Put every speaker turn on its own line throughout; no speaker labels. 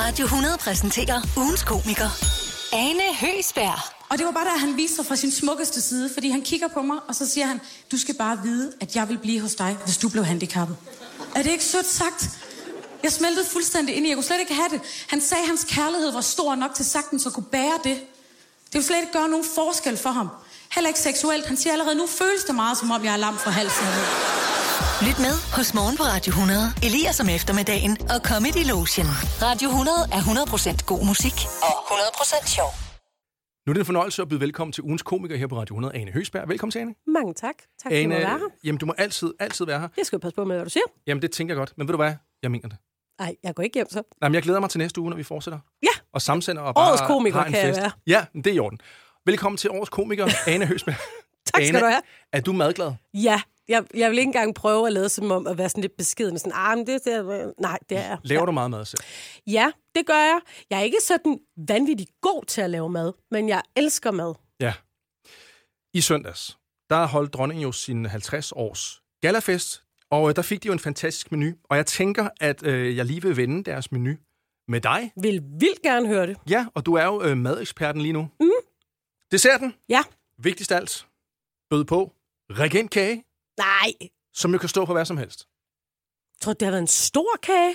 Radio 100 præsenterer ugens komiker, Ane Høsberg.
Og det var bare da han viste sig fra sin smukkeste side, fordi han kigger på mig, og så siger han, du skal bare vide, at jeg vil blive hos dig, hvis du blev handicappet. Er det ikke sødt sagt? Jeg smeltede fuldstændig ind i, jeg kunne slet ikke have det. Han sagde, at hans kærlighed var stor nok til sagtens at kunne bære det. Det ville slet ikke gøre nogen forskel for ham. Heller ikke seksuelt. Han siger allerede, nu føles det meget, som om jeg er lam for halsen. af det."
Lyt med hos Morgen på Radio 100, Elias om eftermiddagen og Comedy Lotion. Radio 100 er 100% god musik og 100% sjov.
Nu er det en fornøjelse at byde velkommen til ugens komiker her på Radio 100, Ane Høsberg. Velkommen til Ane.
Mange tak. Tak for at
Ane,
være her.
jamen, du må altid, altid være her.
Jeg skal jo passe på med, hvad du siger.
Jamen, det tænker jeg godt. Men ved du hvad? Jeg mener det.
Nej, jeg går ikke hjem så.
Nej, men jeg glæder mig til næste uge, når vi fortsætter.
Ja.
Og samsender og
Årets
bare
komiker
har en
kan jeg
fest.
være.
Ja, men det er i orden. Velkommen til Årets komiker, Ane Høsberg.
Tak skal
Ane,
du have.
Er du madglad?
Ja, jeg, jeg vil ikke engang prøve at lade som om at være sådan lidt beskeden. Sådan, ah, men det, det, er- nej, det er jeg.
Laver du meget mad selv?
Ja, det gør jeg. Jeg er ikke sådan vanvittigt god til at lave mad, men jeg elsker mad.
Ja. I søndags, der holdt dronningen jo sin 50-års galafest, og øh, der fik de jo en fantastisk menu. Og jeg tænker, at øh, jeg lige vil vende deres menu med dig.
Vil vildt gerne høre det.
Ja, og du er jo øh, madeksperten lige nu. Mm. Desserten,
Ja.
vigtigst af alt, bød på regentkage,
Nej,
som jo kan stå på hvad som helst.
tror du, det har været en stor kage?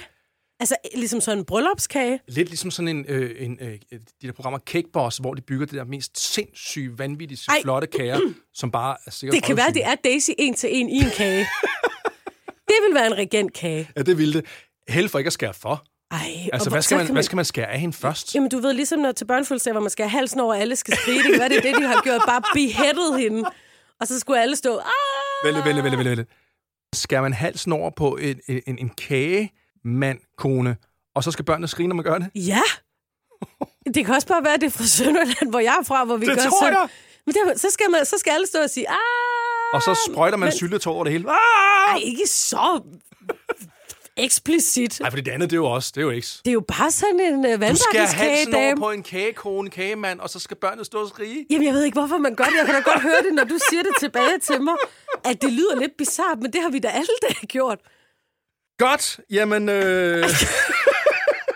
Altså, ligesom sådan en bryllupskage?
Lidt ligesom sådan en, øh, en øh, de der programmer Cake Boss, hvor de bygger det der mest sindssyge, vanvittige,
Ej.
flotte kager, som bare er sikkert
Det kan være, det
røvsyge.
er Daisy en til en i en kage. det vil være en regentkage.
Ja, det ville det. Held for ikke at skære for.
Ej,
Altså,
hvor-
hvad
så
skal, man,
kan
hvad skal man skære af hende først?
Jamen, du ved, ligesom når til børnefødselsdag, hvor man skal have halsen over, og alle skal skrige. Det kan være, det er det, de har gjort. Bare beheadet hende. Og så skulle alle stå, "Ah!"
Vælge, vælge, vælge, vælge. Skærer man halsen over på en, en, en- en kage, mand, kone, og så skal børnene skrige, når man gør det?
Ja. Det kan også bare være, det er fra Sønderland, hvor jeg er fra, hvor vi
Det
gør
tror
sådan.
jeg.
Men der, så, skal man, så skal alle stå og sige, ah!
Og så sprøjter man
Men-
syltetår over det hele. Ah!
Ej, ikke så eksplicit.
Nej, for det andet, det er jo også, det er jo ikke.
Det er jo bare sådan en uh,
Du skærer halsen
vandværkenskage,
over
dame.
på en kagekone, kagemand, og så skal børnene stå og skrige.
Jamen, jeg ved ikke, hvorfor man gør det. Jeg kan da godt høre det, når du siger det tilbage til mig, at det lyder lidt bizart, men det har vi da alle dage gjort.
Godt, jamen, øh...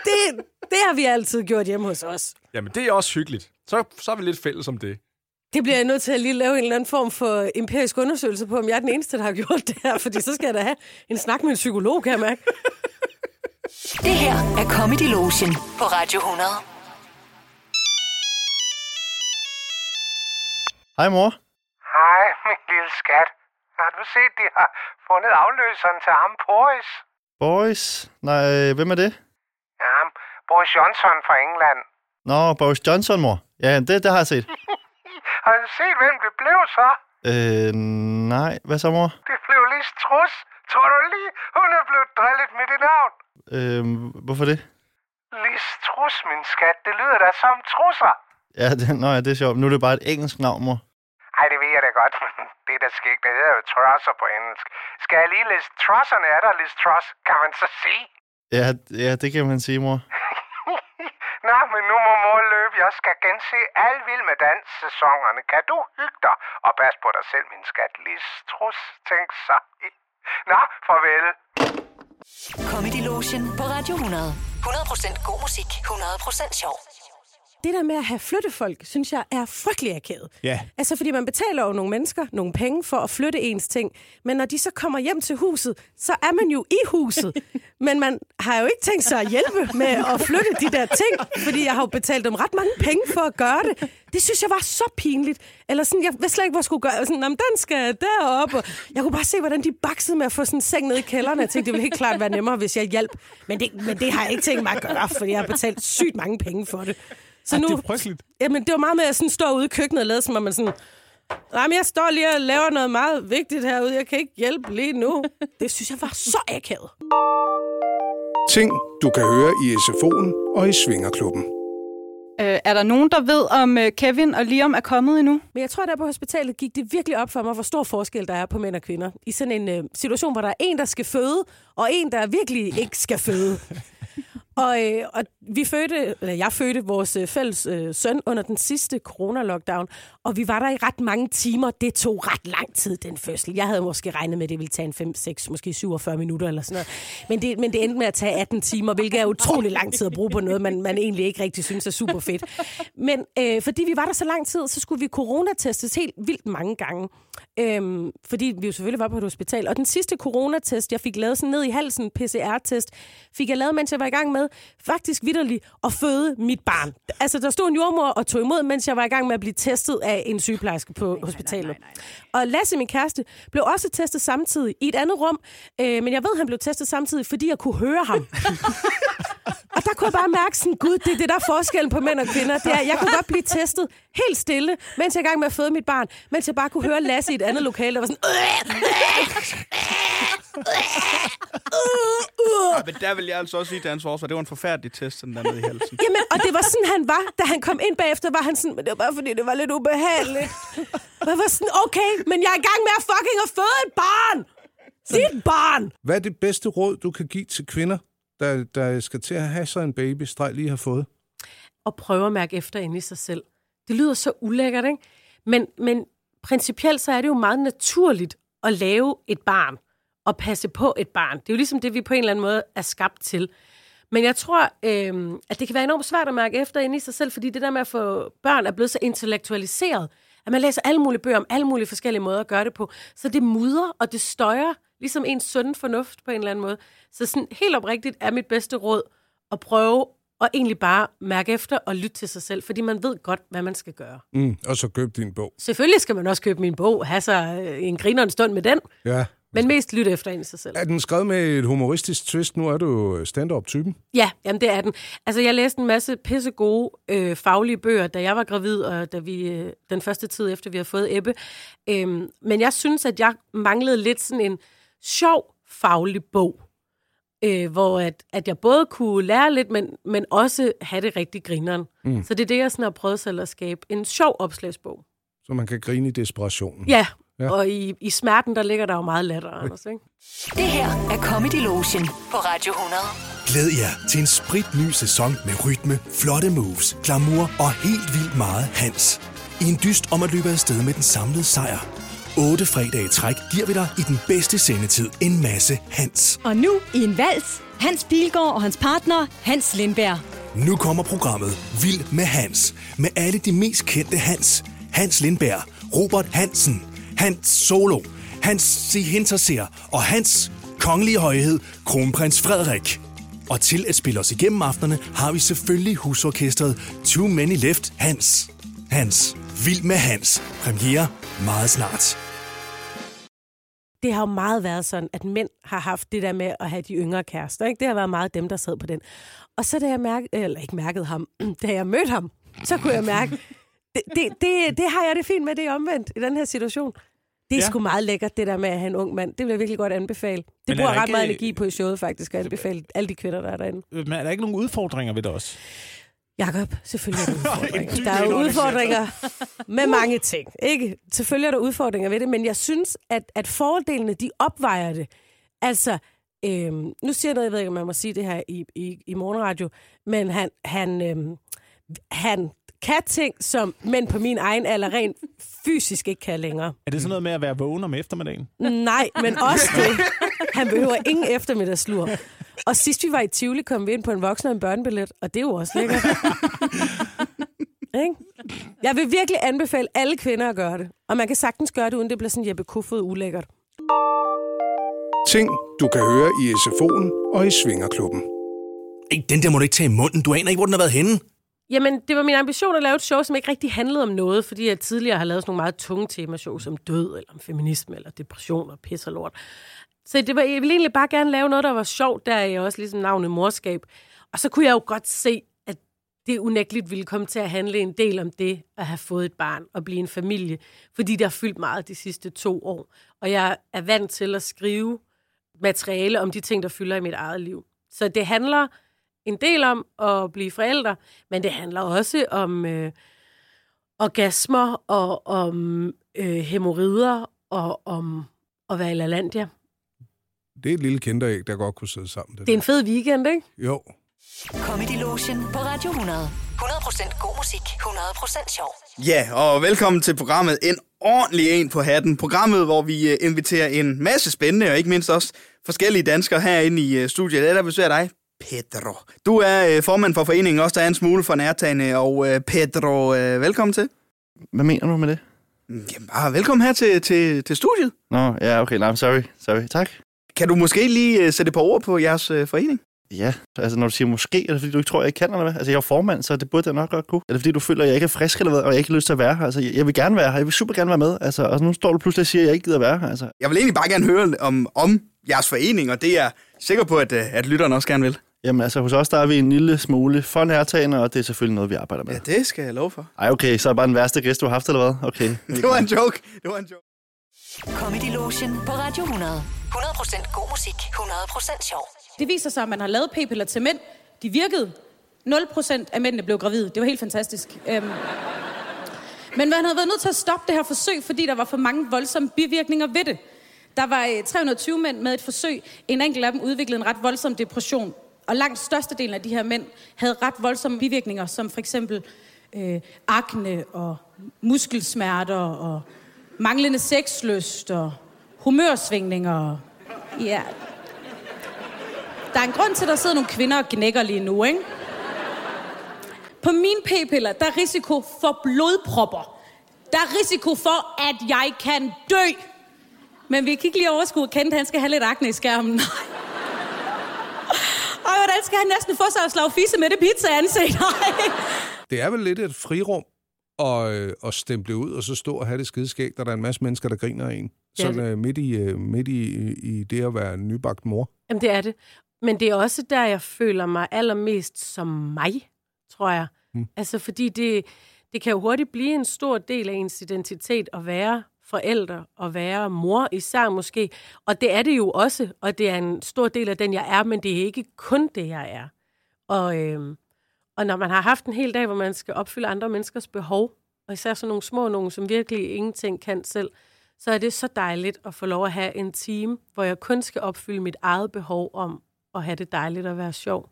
Det, det har vi altid gjort hjemme hos os.
jamen det er også hyggeligt. Så, så er vi lidt fælles om det.
Det bliver jeg nødt til at lige lave en eller anden form for empirisk undersøgelse på, om jeg er den eneste, der har gjort det her, fordi så skal jeg da have en snak med en psykolog, kan jeg mærke.
Det her er Comedy Lotion på Radio 100.
Hej mor.
Hej, min lille skat. Har du set, de har fundet afløseren til ham, Boris?
Boris? Nej, hvem er det?
Ja, ham, Boris Johnson fra England.
Nå, Boris Johnson, mor. Ja, det, det har jeg set.
Har du set, hvem det blev så?
Øh, nej. Hvad så, mor?
Det blev lige Trus. Tror du lige, hun er blevet drillet med det navn?
Øh, hvorfor det?
Lis Trus, min skat. Det lyder da som trusser.
Ja, det, nå, ja, det er sjovt. Nu er det bare et engelsk navn, mor.
Ej, det ved jeg da godt, men det er da skægt. Det hedder jo trusser på engelsk. Skal jeg lige læse trusserne af dig, Lis Truss? Kan man så sige?
Ja, ja, det kan man sige, mor.
Nå, men nu må mor løbe. Jeg skal gense alle vild med dans-sæsonerne. Kan du hygge dig? Og pas på dig selv, min skat. Lis Trus, tænk så. Nå, farvel.
Comedy Lotion på Radio 100. 100% god musik, 100% sjov.
Det der med at have flyttefolk, synes jeg er frygtelig akavet.
Ja.
Altså, fordi man betaler jo nogle mennesker nogle penge for at flytte ens ting, men når de så kommer hjem til huset, så er man jo i huset. men man har jo ikke tænkt sig at hjælpe med at flytte de der ting, fordi jeg har jo betalt dem ret mange penge for at gøre det. Det synes jeg var så pinligt. Eller sådan, jeg vidste slet ikke, hvor jeg skulle gøre. Jeg var Sådan, "Nå, men den skal derop. Og jeg kunne bare se, hvordan de baksede med at få sådan en seng ned i kælderen. Jeg tænkte, det ville helt klart være nemmere, hvis jeg hjalp. Men det, men det har jeg ikke tænkt mig at gøre, fordi jeg har betalt sygt mange penge for det. Så nu,
det er frygteligt.
Jamen, det var meget med at sådan stå ude i køkkenet og lade som om man sådan... Nej, men jeg står lige og laver noget meget vigtigt herude. Jeg kan ikke hjælpe lige nu. Det synes jeg var så akavet.
Ting, du kan høre i SFO'en og i Svingerklubben.
Øh, er der nogen, der ved, om øh, Kevin og Liam er kommet endnu?
Men jeg tror, der på hospitalet gik det virkelig op for mig, hvor stor forskel der er på mænd og kvinder. I sådan en øh, situation, hvor der er en, der skal føde, og en, der virkelig ikke skal føde. Og, øh, og vi fødte, eller jeg fødte vores øh, fælles øh, søn under den sidste corona-lockdown, og vi var der i ret mange timer. Det tog ret lang tid, den fødsel. Jeg havde måske regnet med, at det ville tage en 5, 6, måske 47 minutter eller sådan noget. Men det, men det endte med at tage 18 timer, hvilket er utrolig lang tid at bruge på noget, man, man egentlig ikke rigtig synes er super fedt. Men øh, fordi vi var der så lang tid, så skulle vi coronatestes helt vildt mange gange. Øhm, fordi vi jo selvfølgelig var på et hospital. Og den sidste coronatest, jeg fik lavet sådan ned i halsen, PCR-test, fik jeg lavet, mens jeg var i gang med faktisk vidderligt at føde mit barn. Altså, der stod en jordmor og tog imod, mens jeg var i gang med at blive testet af en sygeplejerske på hospitalet. Og Lasse, min kæreste, blev også testet samtidig i et andet rum. Øh, men jeg ved, han blev testet samtidig, fordi jeg kunne høre ham. Og der kunne jeg bare mærke sådan, gud, det er det, der er forskellen på mænd og kvinder. Det er, jeg kunne godt blive testet helt stille, mens jeg er i gang med at føde mit barn. Mens jeg bare kunne høre Lasse i et andet lokale, der var sådan...
Ej, men der vil jeg altså også sige, til hans forsvar, det var en forfærdelig test, den der nede i halsen.
Jamen, og det var sådan, han var. Da han kom ind bagefter, var han sådan, men det var bare fordi, det var lidt ubehageligt. Og jeg var sådan, okay, men jeg er i gang med at fucking at føde et barn! Dit barn!
Hvad er det bedste råd, du kan give til kvinder, der, der skal til at have sig en baby, streg lige har fået?
og prøve at mærke efter inde i sig selv. Det lyder så ulækkert, ikke? Men, men principielt så er det jo meget naturligt at lave et barn og passe på et barn. Det er jo ligesom det, vi på en eller anden måde er skabt til. Men jeg tror, øhm, at det kan være enormt svært at mærke efter inde i sig selv, fordi det der med at få børn er blevet så intellektualiseret, at man læser alle mulige bøger om alle mulige forskellige måder at gøre det på. Så det mudrer, og det støjer ligesom ens sunde fornuft på en eller anden måde. Så sådan helt oprigtigt er mit bedste råd at prøve og egentlig bare mærke efter og lytte til sig selv, fordi man ved godt, hvad man skal gøre.
Mm, og så køb din bog.
Selvfølgelig skal man også købe min bog, have sig øh, en griner en stund med den,
Ja.
men mest lytte efter ind i sig selv.
Er den skrevet med et humoristisk twist? Nu er du jo stand-up-typen.
Ja, jamen det er den. Altså, jeg læste en masse pisse gode øh, faglige bøger, da jeg var gravid, og da vi, øh, den første tid efter, vi havde fået Ebbe. Øhm, men jeg synes, at jeg manglede lidt sådan en sjov faglig bog, øh, hvor at, at jeg både kunne lære lidt, men, men også have det rigtig grineren. Mm. Så det er det, jeg sådan har prøvet selv at skabe. En sjov opslagsbog.
Så man kan grine i desperationen.
Ja,
Ja.
ja. og i, i smerten, der ligger der jo meget latter, Anders, ikke?
Det her er Comedy Lotion på Radio 100.
Glæd jer til en spritny sæson med rytme, flotte moves, glamour og helt vildt meget hans. I en dyst om at løbe afsted med den samlede sejr. 8 fredage i træk giver vi dig i den bedste sendetid en masse hans.
Og nu i en vals. Hans Pilgaard og hans partner, Hans Lindberg.
Nu kommer programmet Vild med Hans. Med alle de mest kendte Hans. Hans Lindberg, Robert Hansen, Hans Solo, Hans C. Hinterseer og Hans kongelige højhed, kronprins Frederik. Og til at spille os igennem aftenerne, har vi selvfølgelig husorkestret Too Many Left Hans. Hans. Vild med Hans. Premiere meget snart.
det har jo meget været sådan, at mænd har haft det der med at have de yngre kærester. Ikke? Det har været meget dem, der sad på den. Og så da jeg mærke, eller ikke mærkede ham, da jeg mødte ham, så kunne jeg mærke, det, det, det, det har jeg det fint med, det er omvendt i den her situation. Det
Ja.
er ja. sgu meget lækkert, det der med at have en ung mand. Det vil jeg virkelig godt anbefale. Det
Men er
bruger
der
ret
ikke-
meget energi på i showet, faktisk, at anbefale alle de kvinder, der er derinde.
Men er der ikke nogen udfordringer ved det også?
Jakob, selvfølgelig er der udfordringer.
dyb
der er jo
indånding.
udfordringer med mange ting. Ikke? Selvfølgelig er der udfordringer ved det, men jeg synes, at, at fordelene, de opvejer det. Altså, øhm, nu siger jeg noget, jeg ved ikke, om man må sige det her i, i, i morgenradio, men han, han, øhm, han kan ting, som mænd på min egen alder rent fysisk ikke kan længere.
Er det sådan noget med at være vågen om eftermiddagen?
Nej, men også det. Han behøver ingen eftermiddagslur. Og sidst vi var i Tivoli, kom vi ind på en voksen og en børnebillet, og det er jo også lækkert. Ikke? Jeg vil virkelig anbefale alle kvinder at gøre det. Og man kan sagtens gøre det, uden det bliver sådan Jeppe Kofod ulækkert.
Ting, du kan høre i SFO'en og i Svingerklubben.
Ej, den der må du ikke tage i munden. Du aner ikke, hvor den har været henne.
Jamen, det var min ambition at lave et show, som ikke rigtig handlede om noget, fordi jeg tidligere har lavet sådan nogle meget tunge temashow, som død, eller om feminisme, eller depression, og pis og lort. Så det var, jeg ville egentlig bare gerne lave noget, der var sjovt, der er jeg også ligesom navnet morskab. Og så kunne jeg jo godt se, at det unægteligt ville komme til at handle en del om det, at have fået et barn og blive en familie, fordi det har fyldt meget de sidste to år. Og jeg er vant til at skrive materiale om de ting, der fylder i mit eget liv. Så det handler en del om at blive forældre, men det handler også om øh, orgasmer og om øh, hemorrider og om at være i LaLandia.
Det er et lille kinderæg, der godt kunne sidde sammen.
Det er en fed weekend, ikke?
Jo.
Comedy Lotion på Radio 100. 100% god musik, 100% sjov.
Ja, og velkommen til programmet En ordentlig en på hatten. Programmet, hvor vi øh, inviterer en masse spændende, og ikke mindst også forskellige danskere herinde i øh, studiet. Det er der besøger dig, Pedro. Du er øh, formand for foreningen også, der er en smule for nærtagende, og øh, Pedro, øh, velkommen til.
Hvad mener du med det?
Jamen bare velkommen her til, til, til studiet.
Nå, ja, okay. Nej, sorry. Sorry. Tak.
Kan du måske lige øh, sætte et par ord på jeres øh, forening?
Ja, altså når du siger måske, er det fordi, du ikke tror, jeg ikke kan, eller hvad? Altså jeg er formand, så det burde jeg nok godt kunne. Er det fordi, du føler, at jeg ikke er frisk, eller hvad, og jeg ikke har lyst til at være her? Altså jeg, jeg vil gerne være her, jeg vil super gerne være med, altså, og nu står du pludselig og siger, at jeg ikke gider være her, altså.
Jeg vil egentlig bare gerne høre om, om jeres forening, og det er jeg sikker på, at, øh, at lytterne også gerne vil.
Jamen altså, hos os der er vi en lille smule for nærtagende, og det er selvfølgelig noget, vi arbejder med.
Ja, det skal jeg love for.
Ej, okay, så er det bare den værste gæst, du har haft, eller hvad? Okay.
Det var en joke. Det var en joke.
Comedy Lotion på Radio 100. 100% god musik, 100% sjov.
Det viser sig, at man har lavet p-piller til mænd. De virkede. 0% af mændene blev gravide. Det var helt fantastisk. Øhm. Men man havde været nødt til at stoppe det her forsøg, fordi der var for mange voldsomme bivirkninger ved det. Der var øh, 320 mænd med et forsøg. En enkelt af dem udviklede en ret voldsom depression. Og langt størstedelen af de her mænd havde ret voldsomme bivirkninger, som for eksempel øh, akne og muskelsmerter og manglende sexlyst og humørsvingninger. og- Ja, der er en grund til, at der sidder nogle kvinder og gnækker lige nu, ikke? På mine p-piller, der er risiko for blodpropper. Der er risiko for, at jeg kan dø. Men vi kan ikke lige overskue, at Kent, han skal have lidt akne i skærmen. Nej. Og hvordan skal han næsten få sig at slå fisse med det pizza ansigt? Nej.
Det er vel lidt et frirum at, øh, at stemple ud og så stå og have det skideskægt, og der er en masse mennesker, der griner af en.
Ja,
Sådan
det-
øh, midt, i, øh, midt i, i det at være nybagt mor.
Jamen, det er det. Men det er også der, jeg føler mig allermest som mig, tror jeg. Mm. Altså, fordi det, det kan jo hurtigt blive en stor del af ens identitet at være forældre og være mor især måske. Og det er det jo også, og det er en stor del af den, jeg er, men det er ikke kun det, jeg er. Og, øhm, og når man har haft en hel dag, hvor man skal opfylde andre menneskers behov, og især sådan nogle små nogen, som virkelig ingenting kan selv, så er det så dejligt at få lov at have en time, hvor jeg kun skal opfylde mit eget behov om at have det dejligt at være sjov.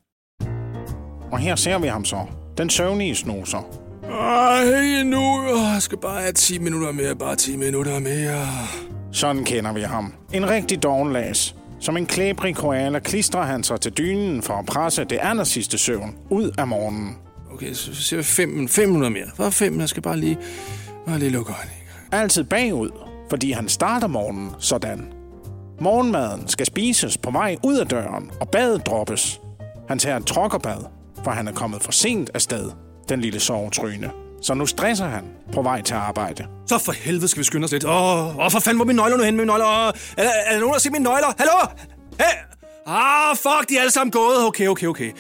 Og her ser vi ham så. Den søvnige snuser.
Ej, nu Åh, jeg skal bare have 10 minutter mere, bare 10 minutter mere.
Sådan kender vi ham. En rigtig dogenlæs. Som en klæbrig koala klistrer han sig til dynen for at presse det andet sidste søvn ud af morgenen.
Okay, så siger vi 5, 500 mere. Bare 5, jeg skal bare lige, bare lige lukke øjnene.
Altid bagud, fordi han starter morgenen sådan. Morgenmaden skal spises på vej ud af døren, og badet droppes. Han tager et trokkerbad, for han er kommet for sent afsted, den lille sovetryne. Så nu stresser han på vej til arbejde.
Så for helvede skal vi skynde os lidt. Åh, åh for fanden, hvor er mine nøgler nu hen? Mine nøgler? Åh, Er, der- er der nogen, der har set mine nøgler? Hallo? Hey? Ah, fuck, de er alle sammen gået. Okay, okay, okay.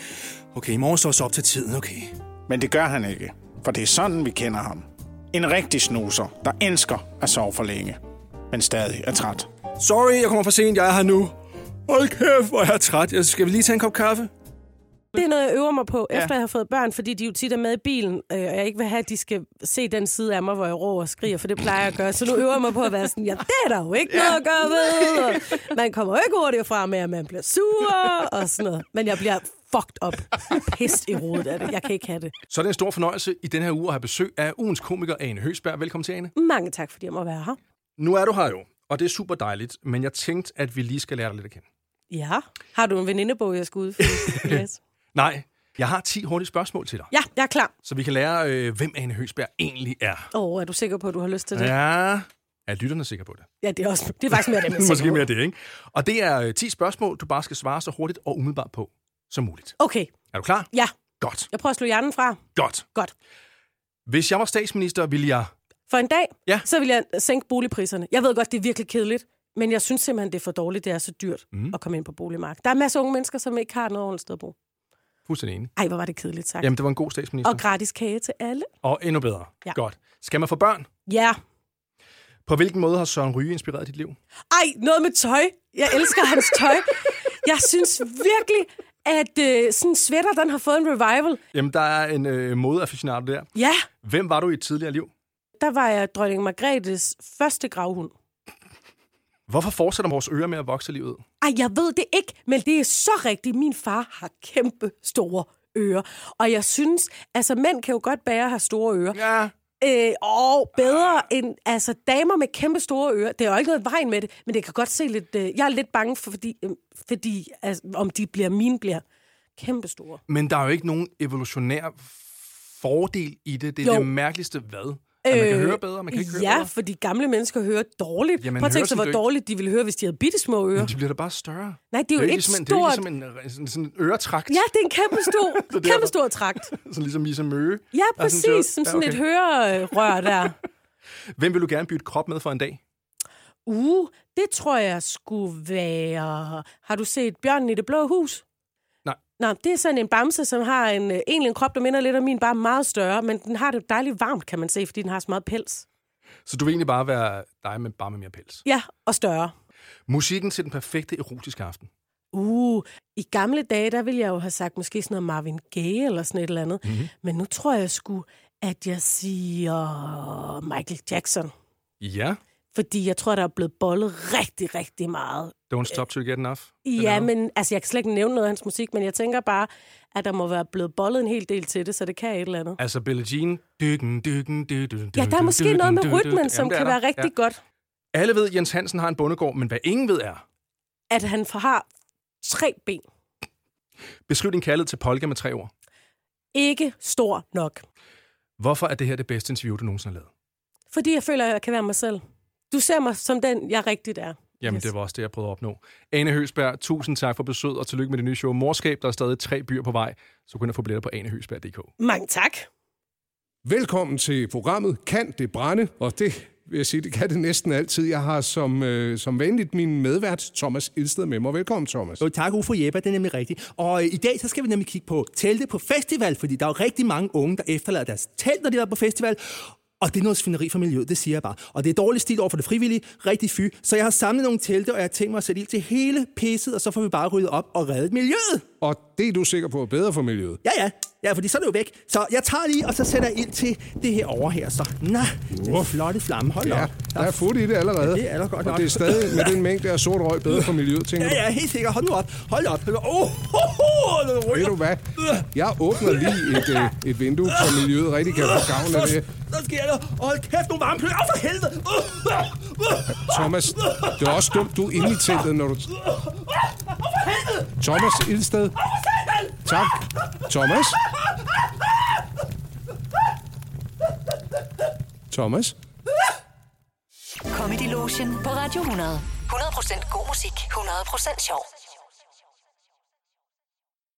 Okay, i morgen står så op til tiden, okay.
Men det gør han ikke, for det er sådan, vi kender ham. En rigtig snuser, der elsker at sove for længe, men stadig er træt.
Sorry, jeg kommer for sent. Jeg er her nu. Hold kæft, hvor er jeg træt. Jeg skal vi lige tage en kop kaffe?
Det er noget, jeg øver mig på,
Ja.
ja. efter jeg har fået børn, fordi de jo tit er med i bilen, øh, og jeg ikke vil have, at de skal se den side af mig, hvor jeg råber og skriger, for det plejer jeg at gøre. Så nu øver jeg mig på at være sådan, ja, det er der jo ikke noget at gøre ved. Og man kommer jo ikke hurtigt fra med, at man bliver sur og sådan noget. Men jeg bliver fucked up. Pist i rodet af det. Jeg kan ikke have det.
Så er det en stor fornøjelse i den her uge at have besøg af ugens komiker Ane Høsberg. Velkommen til, Ane.
Mange tak, fordi jeg må være her.
Nu er du her jo, og det er super dejligt, men jeg tænkte, at vi lige skal lære dig lidt at kende.
Ja. Har du en venindebog, jeg skal udfylde? Yes.
Nej, jeg har 10 hurtige spørgsmål til dig,
Ja, jeg er klar.
så vi kan lære, øh, hvem Ane Høsberg egentlig er.
Åh, oh, er du sikker på, at du har lyst til det?
Ja, er lytterne sikre på det?
ja det, er også, det er faktisk mere det, jeg er sikker
Måske
på.
mere det, ikke? Og det er øh, 10 spørgsmål, du bare skal svare så hurtigt og umiddelbart på som muligt.
Okay,
Er du klar?
ja.
Godt,
Jeg prøver at slå hjernen fra.
godt.
Oh. Godt.
Hvis jeg var statsminister, ville jeg...
For en dag,
ja.
så vil jeg sænke boligpriserne. Jeg ved godt, det er virkelig kedeligt, men jeg synes simpelthen, det er for dårligt, det er så dyrt
Mhm.
mm. at komme ind på boligmarkedet. Der er masser af unge mennesker, som ikke har noget ordentligt sted at bo.
Fuldstændig enig.
Ej, hvor var det kedeligt, tak.
Jamen, det var en god statsminister.
og gratis kage til alle.
Og endnu bedre.
Ja.
Godt. Skal man få børn?
Ja.
På hvilken måde har Søren Ryge inspireret dit liv?
Ej, noget med tøj. Jeg elsker hans tøj. Jeg synes virkelig, at øh, sådan en sweater, den har fået en revival.
Jamen, der er en øh, modeafficionado der.
Ja,
Hvem var du i et tidligere liv?
der var jeg dronning Margrethes første gravhund.
Hvorfor fortsætter vores ører med at vokse livet?
Ej, jeg ved det ikke, men det er så rigtigt. Min far har kæmpe store ører. Og jeg synes, altså mænd kan jo godt bære at have store ører.
Ja.
Øh, og bedre end altså, damer med kæmpe store ører. Det er jo ikke noget i vejen med det, men det kan godt se lidt... Øh, jeg er lidt bange for, fordi, øh, fordi altså, om de bliver mine bliver kæmpe store.
Men der er jo ikke nogen evolutionær fordel i det. Det er
Jo. Øh,
jo. det mærkeligste hvad. At man kan høre bedre, man kan ikke høre
Ja,
bedre.
fordi gamle mennesker hører dårligt. Jamen,
Jamen,
Prøv at tænke
hører
sig,
som
hvor
du ikke-
dårligt de ville høre, hvis de havde bitte små ører.
Men de bliver da bare større.
Nej, det er jo ikke stort.
ligesom, Det er jo ikke ligesom en, en sådan en øretrakt.
Ja, det er en kæmpe stor,
derfor.
kæmpe stor trakt.
Sådan ligesom Isa Møge.
Ja,
Der er
præcis.
sådan-
som
Ja,
sådan
okay.
et hørerør der.
Hvem vil du gerne bytte krop med for en dag?
Uh, det tror jeg skulle være... Har du set Bjørnen i det blå hus?
Nej.
Nå, det er sådan en bamse, som har en, øh, egentlig en krop, der minder lidt om min, bare meget større, men den har det dejligt varmt, kan man se, fordi den har så meget pels.
Så du vil egentlig bare være dig, men bare med mere pels.
Ja, og større.
Musikken til den perfekte erotiske aften.
Uh, i gamle dage, der ville jeg jo have sagt måske sådan noget Marvin Gaye eller sådan et eller andet. Mm-hmm. Men nu tror jeg sgu, at jeg siger Michael Jackson.
Ja.
Fordi jeg tror, der er blevet bollet rigtig, rigtig meget.
Don't stop till you get enough. Den
Ja,
er der.
men altså, jeg kan slet ikke nævne noget af hans musik, men jeg tænker bare, at der må være blevet bollet en hel del til det, så det kan et eller andet.
Altså Billie Jean. Dykken, dykken, dykken,
Ja, der er måske noget med rytmen, som kan være rigtig godt.
Alle ved, at Jens Hansen har en bondegård, men hvad ingen ved er...
At han for- har tre ben.
Beskriv din kærlighed til Polka med tre ord.
Ikke stor nok.
Hvorfor er det her det bedste interview, du nogensinde har lavet?
Fordi jeg føler, at jeg kan være mig selv. Du ser mig som den, jeg rigtigt er.
Jamen, yes. det var også det, jeg prøvede at opnå. Ane Høsberg, tusind tak for besøget, og tillykke med det nye show Morskab. Der er stadig tre byer på vej, så kun at få billetter på anehøsberg.dk.
Mange tak.
Velkommen til programmet Kan det brænde? Og det vil jeg sige, det kan det næsten altid. Jeg har som, øh, som vanligt min medvært Thomas Ilsted med mig. Velkommen, Thomas.
Jo, tak, Ufo Jeppe, det er nemlig rigtigt. Og øh, i dag så skal vi nemlig kigge på telte på festival, fordi der er jo rigtig mange unge, der efterlader deres telt, når de er på festival. Og det er noget svineri for miljøet, det siger jeg bare. Og det er dårlig stil over for det frivillige, rigtig fy. Så jeg har samlet nogle telte, og jeg har tænkt mig at sætte ild til hele pisset, og så får vi bare ryddet op og reddet miljøet.
Og det er du sikker på er bedre for miljøet?
Ja, ja. Ja, fordi så er det jo væk. Så jeg tager lige, og så sætter jeg ild til det her over her. Så, nej, den flotte flamme. Hold
Ja,
op.
der er fut i det allerede.
Ja, det er allerede godt
og
nok.
det er stadig med den mængde af sort røg bedre for miljøet, tænker
Ja, ja, helt sikkert. Hold nu op. Hold op. Hold op. Oh, ho, ho, den
du. Ved
ryger. Øh.
du hvad? Jeg åbner lige et, øh, et vindue, så miljøet rigtig kan få gavn af det.
Så sker der. Og hold kæft, nogle varmepløkker. Åh, for helvede. Øh.
Thomas, det er også dumt, du er inde i teltet, når du... Thomas Ildsted. Tak. Thomas. Thomas.
Comedy Lotion på Radio 100. 100% god musik, 100% sjov.